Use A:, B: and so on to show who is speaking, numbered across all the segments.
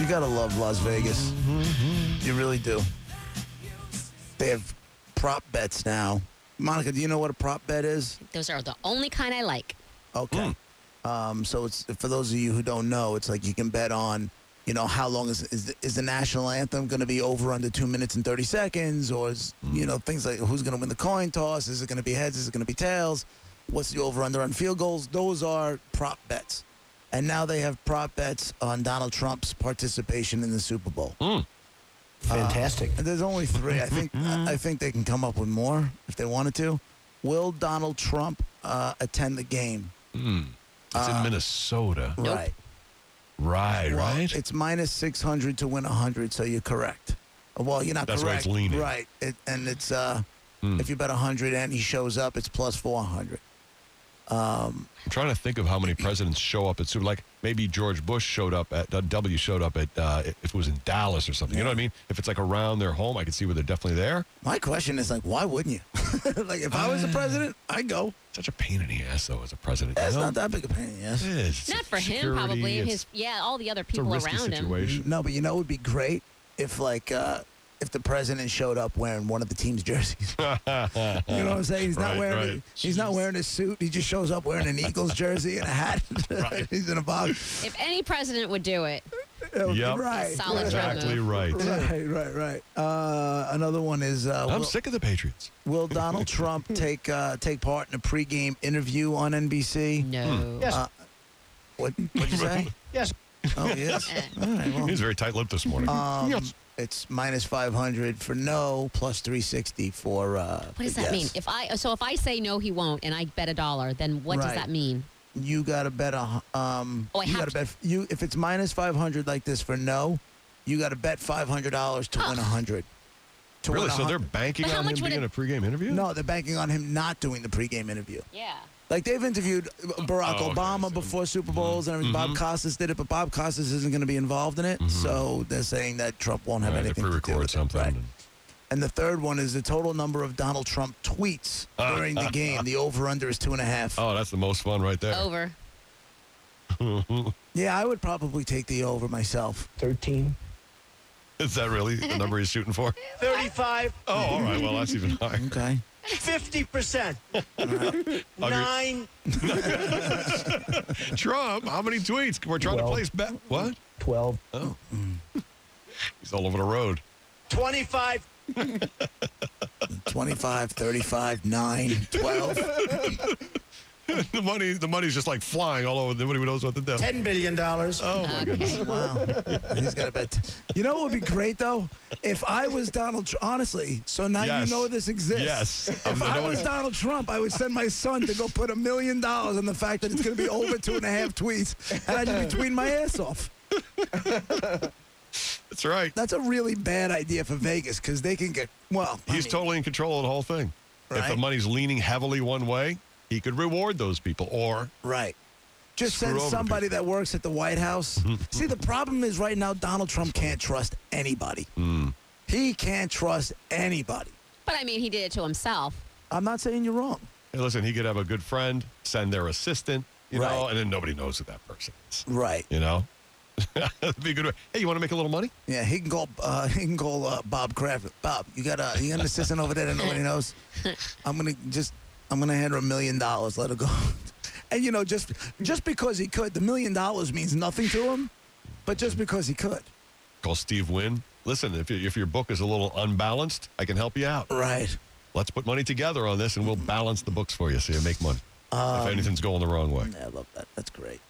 A: You gotta love Las Vegas. You really do. They have prop bets now. Monica, do you know what a prop bet is?
B: Those are the only kind I like.
A: Okay. Um, so it's for those of you who don't know, it's like you can bet on, you know, how long is is the, is the national anthem going to be over under two minutes and thirty seconds, or is, you know things like who's going to win the coin toss? Is it going to be heads? Is it going to be tails? What's the over under on field goals? Those are prop bets, and now they have prop bets on Donald Trump's participation in the Super Bowl. Uh,
C: Fantastic.
A: And There's only three. I think I I think they can come up with more if they wanted to. Will Donald Trump uh, attend the game?
D: It's in Minnesota.
A: Right.
D: Right,
A: Um, Well,
D: right?
A: It's minus 600 to win 100, so you're correct. Well, you're not
D: That's why it's
A: correct.
D: leaning. Hmm.
A: Right. It, and it's uh if you bet 100 and he shows up, it's plus 400.
D: I'm trying to think of how many presidents show up at Super. Like maybe George Bush showed up at uh, W showed up at uh, if it was in Dallas or something. You know what I mean? If it's like around their home, I can see where they're definitely there.
A: My question is like, why wouldn't you? like if I was
D: Ah.
A: the president, I'd go.
D: Such a pain in the ass though as a president.
A: That's
D: you know?
A: not that big a pain, yes.
D: It is.
B: Not for
D: Security,
B: him, probably.
D: It's,
B: His yeah, all the other
D: it's a
B: people
D: risky
B: around him.
D: situation.
A: No, but you know it would be great if like uh if the president showed up wearing one of the team's jerseys. you know what I'm saying? He's not
D: Right,
A: wearing
D: right.
A: he's not wearing a suit. He just shows up wearing an Eagles jersey and a hat. he's in a box.
B: If any president would do it,
D: Yep.
A: Mm-hmm. Right.
B: Solid
A: right.
B: drive
D: Exactly
B: move.
D: right.
A: Right, right, right. Uh, another one is uh,
D: I'm
A: will,
D: sick of the Patriots.
A: will Donald Trump take uh, take part in a pregame interview on
D: Hmm.
A: NBC?
B: no.
C: Yes.
A: What what'd you say?
C: yes.
A: Oh yes. All right.
D: He
A: Well,
D: was very tight-lipped this morning.
A: um,
D: Yes.
A: it's minus five hundred for no, plus three sixty for. Uh,
B: What does that mean? If I so if I say no, he won't, and I bet a dollar, then what does
A: Right.
B: that mean?
A: you gotta bet a hu- um,
B: Oh, I
A: you
B: have
A: gotta
B: to-
A: bet you if it's minus five hundred like this for no, you gotta bet five hundred dollars
B: Ah.
A: to win a hundred. To
D: really?
A: win a
D: So they're
A: hun-
D: banking
B: But how
D: on him
B: much would
D: being in
B: it-
D: a pregame interview?
A: no, they're banking on him not doing the pregame interview.
B: Yeah.
A: Like they've interviewed Barack
D: Oh, okay. Mm-hmm.
A: Obama
D: So-
A: before Super Bowls and everything. Bob Costas did it, but Bob Costas isn't going to be involved in it. So they're saying that Trump won't
D: Mm-hmm. All
A: have
D: right, they
A: anything to do
D: pre-record
A: with
D: something.
A: it. Right.
D: and-
A: And the third one is the total number of Donald Trump tweets during the game. the over under is two and a half.
D: Ah. Oh, that's the most fun right there.
B: Over.
A: Yeah, I would probably take the over myself.
C: 13.
D: Is that really the number he's shooting for?
C: 35.
D: Oh, all right. Well, that's even higher.
A: Okay.
C: 50%. Nine.
D: Trump, how many tweets? We're trying
C: Well-
D: to place bet. What?
C: 12.
D: Oh. He's all over the road.
C: 25.
A: 25, 35, 9, 12.
D: the money, the money's just like flying all over. Nobody knows what to do.
C: $10 billion.
D: Oh my goodness!
A: Wow. He's got a bet. You know what would be great, though? If I was Donald Trump, honestly, so now
D: Yes.
A: you know this exists.
D: Yes.
A: If
D: I
A: I
D: know
A: was
D: it.
A: Donald Trump, I would send my son to go put a million dollars on the fact that it's going to be over two and a half tweets, and I'd just be tweeting my ass off.
D: That's right.
A: That's a really bad idea for Vegas because they can get, well, I
D: He's
A: mean,
D: totally in control of the whole thing. If the
A: Right.
D: money's leaning heavily one way, he could reward those people, or
A: Right. Just
D: Screw
A: send
D: over
A: somebody that works at the White House. See, the problem is right now, Donald Trump can't trust anybody.
D: Hmm.
A: He can't trust anybody.
B: But I mean, he did it to himself.
A: I'm not saying you're wrong.
D: hey, listen, he could have a good friend send their assistant, you know,
A: Right.
D: and then nobody knows who that person is.
A: Right.
D: You know, that'd be a good. way. Hey, you want to make a little money?
A: Yeah, he can call. Uh, he can call uh, Bob Kraft. Bob, you got a you got an assistant over there that nobody knows. I'm gonna just I'm gonna hand her a million dollars. Let her go. And you know, just just because he could, the million dollars means nothing to him. But just because he could,
D: Call Steve Wynn. Listen, if, you, if your book is a little unbalanced, I can help you out.
A: right?
D: Let's put money together on this, and we'll balance the books for you so you make money.
A: Um,
D: if anything's going the wrong way.
A: Yeah, I love that. That's great.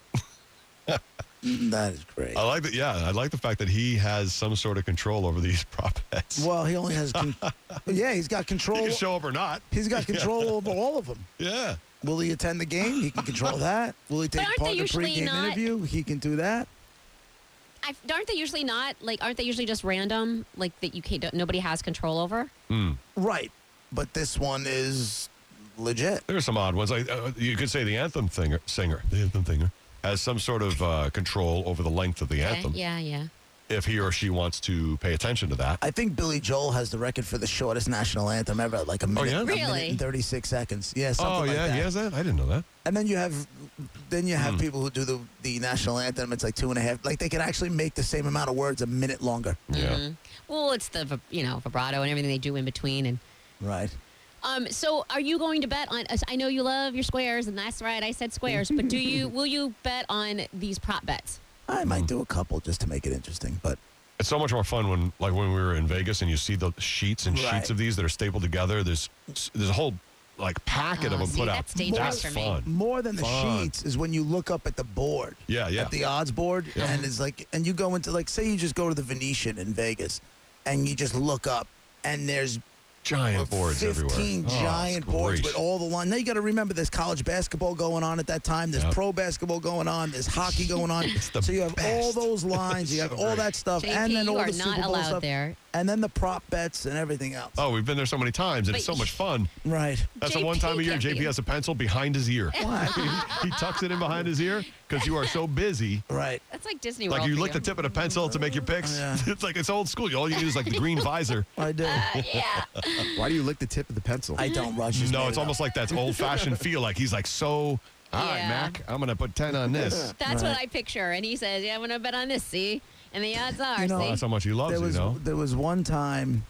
A: Mm, that is great.
D: I like that. Yeah, I like the fact that he has some sort of control over these prop bets.
A: Well, he only has. Con- yeah, he's got
D: he
A: control.
D: can show up or not.
A: He's got control over all of them.
D: Yeah.
A: Will he attend the game? He can control that. Will he take
B: aren't they
A: part in the
B: usually
A: pregame
B: not-
A: interview? He can do that.
B: I, aren't they usually not like? Aren't they usually just random? Like that you can't. Nobody has control over.
A: Right. But this one is legit.
D: There are some odd ones. Like uh, you could say the anthem singer, singer, the anthem singer has some sort of uh, control over the length of the
B: Okay?
D: anthem
B: Yeah, yeah.
D: if he or she wants to pay attention to that.
A: I think Billy Joel has the record for the shortest national anthem ever, at like a minute,
D: Oh, yeah?
A: a minute
B: Really?
A: and 36 seconds. Yeah, something
D: oh
A: like
D: yeah, Hmm.
A: that.
D: he has that. I didn't know that.
A: And then you have, then you have people who do the the national anthem. It's like two and a half. Like they can actually make the same amount of words a minute longer.
B: Mm-hmm.
D: Yeah.
B: Well, it's the vib- you know vibrato and everything they do in between. And
A: Right.
B: um, so are you going to bet on? uh, I know you love your squares, and that's right. I said squares, but do you? Will you bet on these prop bets?
A: I
D: Hmm.
A: might do a couple just to make it interesting, but
D: It's so much more fun when, like, when we were in Vegas and you see the sheets and
A: Right.
D: sheets of these that are stapled together. There's there's a whole like packet
B: Oh,
D: of them
B: see,
D: put out.
B: that's dangerous for me.
D: fun.
A: more than the
D: Fun.
A: sheets is when you look up at the board.
D: Yeah, yeah.
A: At the odds board, and it's like, and you go into like, say you just go to the Venetian in Vegas, and you just look up, and there's
D: Giant boards
A: 15
D: everywhere. Oh, it's
A: giant boards
D: great.
A: with all the line. Now you got to remember there's college basketball going on at that time. There's
D: Yep.
A: pro basketball going on. There's hockey going on.
D: the
A: so you have all
D: best.
A: those lines. You have all that stuff,
B: JP,
A: Um, and then
B: you
A: all
B: are
A: the
B: not
A: Super Bowl
B: allowed
A: stuff,
B: there.
A: and then the prop bets and everything else.
D: Oh, we've been there so many times, and it's so
B: But-
D: much fun.
A: Right.
D: That's the one
B: JP
D: time of year
B: can't
D: JP
B: be-
D: has a pencil behind his ear. he tucks it in behind his ear because you are so busy.
A: Right.
B: That's like Disney World.
D: Like you
B: for
D: lick the tip of a pencil to make your picks.
A: Yeah.
D: it's like it's old school. All you need is like the green visor.
A: I do.
B: Yeah.
E: Why do you lick the tip of the pencil?
A: I don't rush. just made
D: No,
A: it
D: it's
A: up.
D: almost like that's old fashioned feel. Like he's like so. All right,
B: Yeah.
D: Mac, I'm gonna put ten on this.
B: That's what I picture. And he says, "Yeah, I'm gonna bet on this. See, and the odds are,
A: know,
D: Well,
B: see,
D: Oh, that's how much he loves
A: there
D: you,
A: was
D: know.
A: there was one time.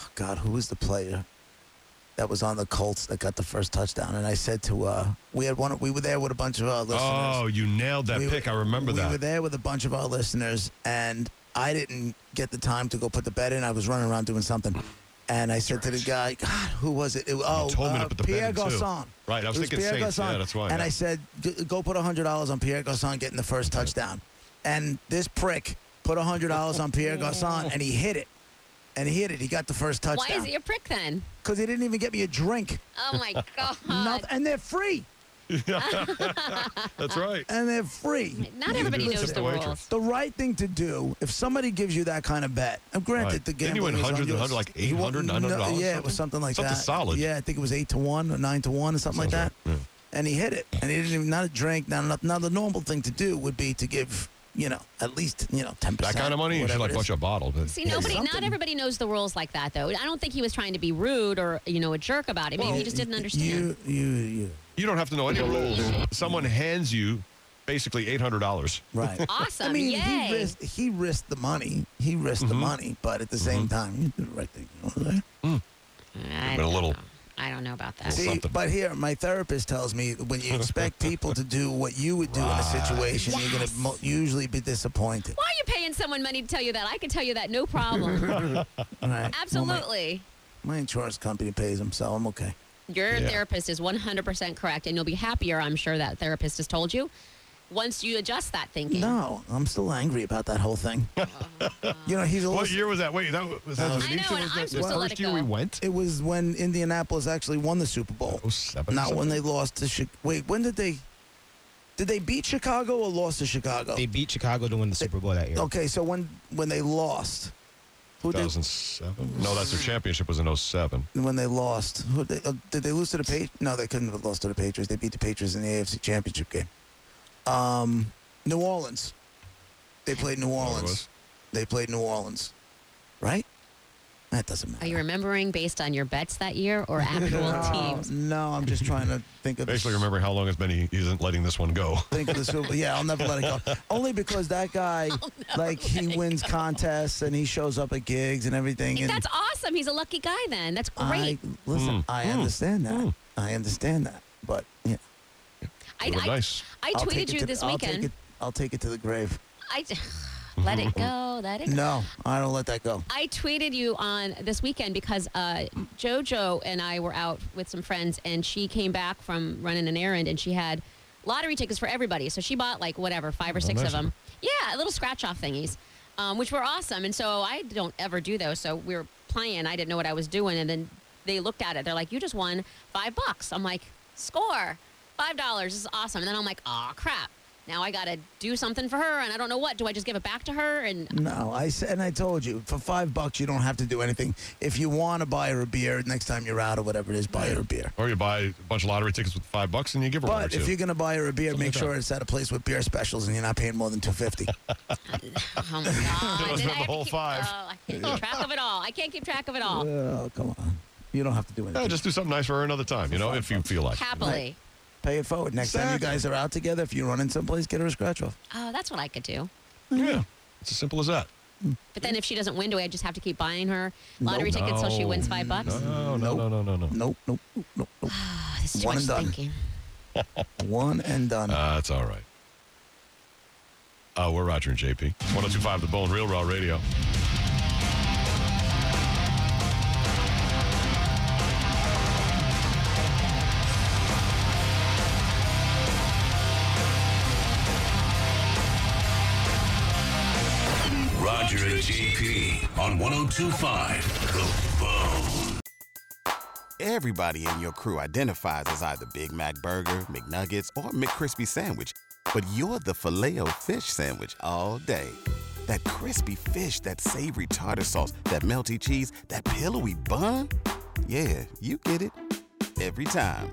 A: Oh God, who was the player that was on the Colts that got the first touchdown? And I said to uh, we had one. We were there with a bunch of our listeners.
D: Oh, you nailed that
A: We
D: pick.
A: were-
D: I remember
A: we
D: that.
A: were there with a bunch of our listeners, and I didn't get the time to go put the bet in. I was running around doing something. And I said to the guy, God, who was it? It- oh,
D: told me to
A: uh,
D: put the bet
A: Pierre
D: in, too.
A: Garçon.
D: Right, I was
A: It
D: thinking
A: Pierre
D: Saints.
A: Garçon.
D: Yeah, that's why,
A: And
D: yeah.
A: I said, "G- go put $100 on Pierre Garçon getting the first touchdown. And this prick put $100 on Pierre Garçon, and he hit it. And he hit it. He got the first
B: why is
A: touchdown.
B: it your prick then?
A: Because he didn't even get me a drink.
B: Oh my god.
A: Noth- and they're free.
D: That's right.
A: And they're free.
B: Not everybody
D: Listen,
B: knows the
D: waitress.
B: rules.
A: the right thing to do if somebody gives you that kind of bet. And granted,
D: Right.
A: the
D: Didn't
A: gambling
D: you win
A: is on
D: hundreds and
A: yours.
D: hundreds, like
A: You won-
D: 800, 900
A: no,
D: dollars,
A: Yeah, it was something like
D: Something
A: that.
D: solid.
A: Yeah, I think it was eight to one or nine to one or something like that.
D: Sounds right,
A: And he hit it, and he didn't even not a drink, not enough. Now the normal thing to do would be to give you know at least you know ten
D: That
A: percent.
D: kind of money, you should like watch a bottle. But
B: See,
D: Yeah.
B: nobody, not
A: something.
B: everybody knows the rules like that, though. I don't think he was trying to be rude or, Oh, you know, a jerk about it. Maybe he just didn't understand.
A: You, you, you.
D: you don't have to know any rules. Someone hands you basically eight hundred dollars.
A: Right.
B: Awesome.
A: I mean,
B: Yay.
A: he risked he risked the money. He risked the
D: Mm-hmm.
A: money, but at the same time, you did the right thing. You know what I'm saying?
B: I
D: Been a
B: don't
D: little-
B: know. I don't know about that.
A: See,
D: something.
A: but here, my therapist tells me when you expect people to do what you would do in a situation, you're going to mo- usually be disappointed.
B: Why are you paying someone money to tell you that? I can tell you that, no problem.
A: Right? Well,
B: Absolutely.
A: my, my insurance company pays them, so I'm okay.
B: Your
D: Yeah.
B: therapist is 100% correct, and you'll be happier, I'm sure, that therapist has told you once you adjust that thinking.
A: No, I'm still angry about that whole thing. you know, he's a
D: What
A: little-
D: year was that? Wait, that was, was that
A: I
D: the
B: know,
D: Venetian?
B: and
D: Was
B: I'm
D: that the
B: supposed to let it
D: first year we
B: go.
D: went.
A: It was when Indianapolis actually won the Super Bowl.
D: Oh, seven or
A: Not when
D: something?
A: they lost to Chi- Wait, when did they? Did they beat Chicago or lost to Chicago?
F: They beat Chicago to win the Super Bowl that year.
A: okay, so when when they lost, who did
D: 2007. No, that's their championship was in 07.
A: when they lost. Who they, uh, did they lose to the Patriots? No, they couldn't have lost to the Patriots. They beat the Patriots in the AFC Championship game. Um, New Orleans. They played New
D: it
A: Orleans.
D: was.
A: They played New Orleans. Right? That doesn't matter.
B: Are you remembering based on your bets that year or actual
A: no,
B: teams?
A: Uh, no, I'm just trying to think of the
D: Basically, remember how long it's been he isn't letting this one go.
A: think of the Super. Yeah, I'll never let it go. Only because that guy, like, he wins contests and he shows up at gigs and everything. And
B: That's awesome. He's a lucky guy then. That's
A: I
B: great.
A: listen. I understand that.
D: Mm.
A: I understand that. But yeah,
B: I,
D: But
B: I,
D: nice.
B: I
A: I'll take
B: tweeted
A: it
B: you
A: to-
B: this
A: I'll take
B: weekend.
A: it- I'll take it to the grave.
B: I let it go. Let it go.
A: No, I don't let that go.
B: I tweeted you on this weekend because uh, JoJo and I were out with some friends, and she came back from running an errand, and she had lottery tickets for everybody. So she bought like whatever, five or six
D: nice
B: of
D: of
B: them. Yeah, little scratch off thingies, um, which were awesome. And so I don't ever do those. So we were playing. I didn't know what I was doing, and then they looked at it. They're like, "You just won five bucks." I'm like, "Score, five dollars. This is awesome." And then I'm like, "Aw, crap." now I got to do something for her, and I don't know what. Do I just give it back to her? And
A: No, I said, and I told you for five bucks you don't have to do anything. If you want to buy her a beer next time you're out or whatever it is, buy her a beer.
D: Or you buy a bunch of lottery tickets with five bucks and you give her one or
A: But
D: two.
A: if you're gonna buy her a beer,
D: Something
A: make
D: like
A: sure
D: that.
A: it's at a place with beer specials and you're not paying more than two fifty.
B: oh my god, Then
D: Let's
B: I
D: spend the
B: have to
D: whole
B: keep-
D: five.
B: Oh, I can't keep track of it all. I can't keep track of it all.
A: oh come on, you don't have to do anything.
D: Yeah, just do something nice for her another time, you know, if you feel like. it.
B: Happily.
A: Pay it forward. Next time you
D: Exactly.
A: guys are out together, if you run in someplace, get her a scratch off.
B: Oh, that's what I could do.
D: Yeah, it's as simple as that.
B: But then if she doesn't win, do I just have to keep buying her lottery
D: Nope.
B: tickets till she
D: No.
B: wins five bucks?
D: No, no, no, no, no, no.
A: Nope, nope, nope, nope. nope.
B: Oh, this is too
A: One
B: much
A: and done.
B: thinking.
A: One and done.
D: That's all right. Uh, we're Roger and JP. 1025 The Bone Real Raw Radio.
G: Roger and JP on 1025 The Bone.
H: Everybody in your crew identifies as either Big Mac Burger, McNuggets, or McCrispy Sandwich. But you're the filet fish Sandwich all day. That crispy fish, that savory tartar sauce, that melty cheese, that pillowy bun. Yeah, you get it. Every time.